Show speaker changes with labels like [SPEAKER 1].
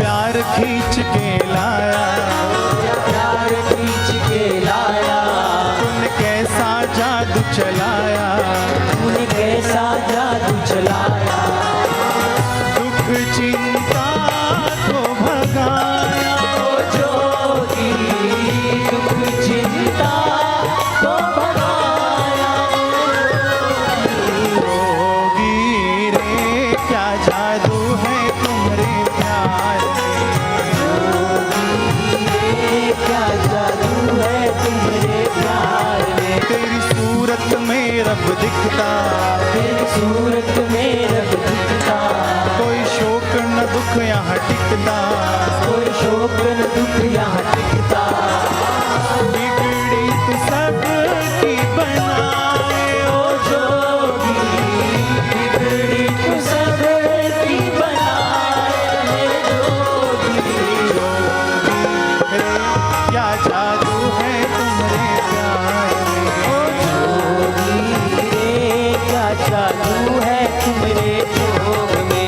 [SPEAKER 1] खींच के लाया
[SPEAKER 2] प्यार खींच के लाया
[SPEAKER 1] तूने कैसा जादू चलाया
[SPEAKER 2] तूने कैसा जादू चलाया
[SPEAKER 1] दुख चिंता को भगाया
[SPEAKER 2] ओ ज्योति दुख चिंता को भगाया
[SPEAKER 1] होगी रे क्या जादू है तुम्हारे प्यार में
[SPEAKER 2] ये क्या जादू है तुम्हारे प्यार में
[SPEAKER 1] तेरी सूरत में रब दिखता
[SPEAKER 2] तेरी सूरत में रब दिखता
[SPEAKER 1] कोई शोक न दुख यहाँ टिकता
[SPEAKER 2] कोई शोक न दुख यहाँ टिकता
[SPEAKER 1] बिगड़ी तो सब की बनाए
[SPEAKER 2] ओ जोगी बिगड़ी तू सब की बनाए मेरे जोगी
[SPEAKER 1] रे क्या जादू है तुम्हारे प्यार में
[SPEAKER 2] जोगी रे क्या जादू है तुम्हारे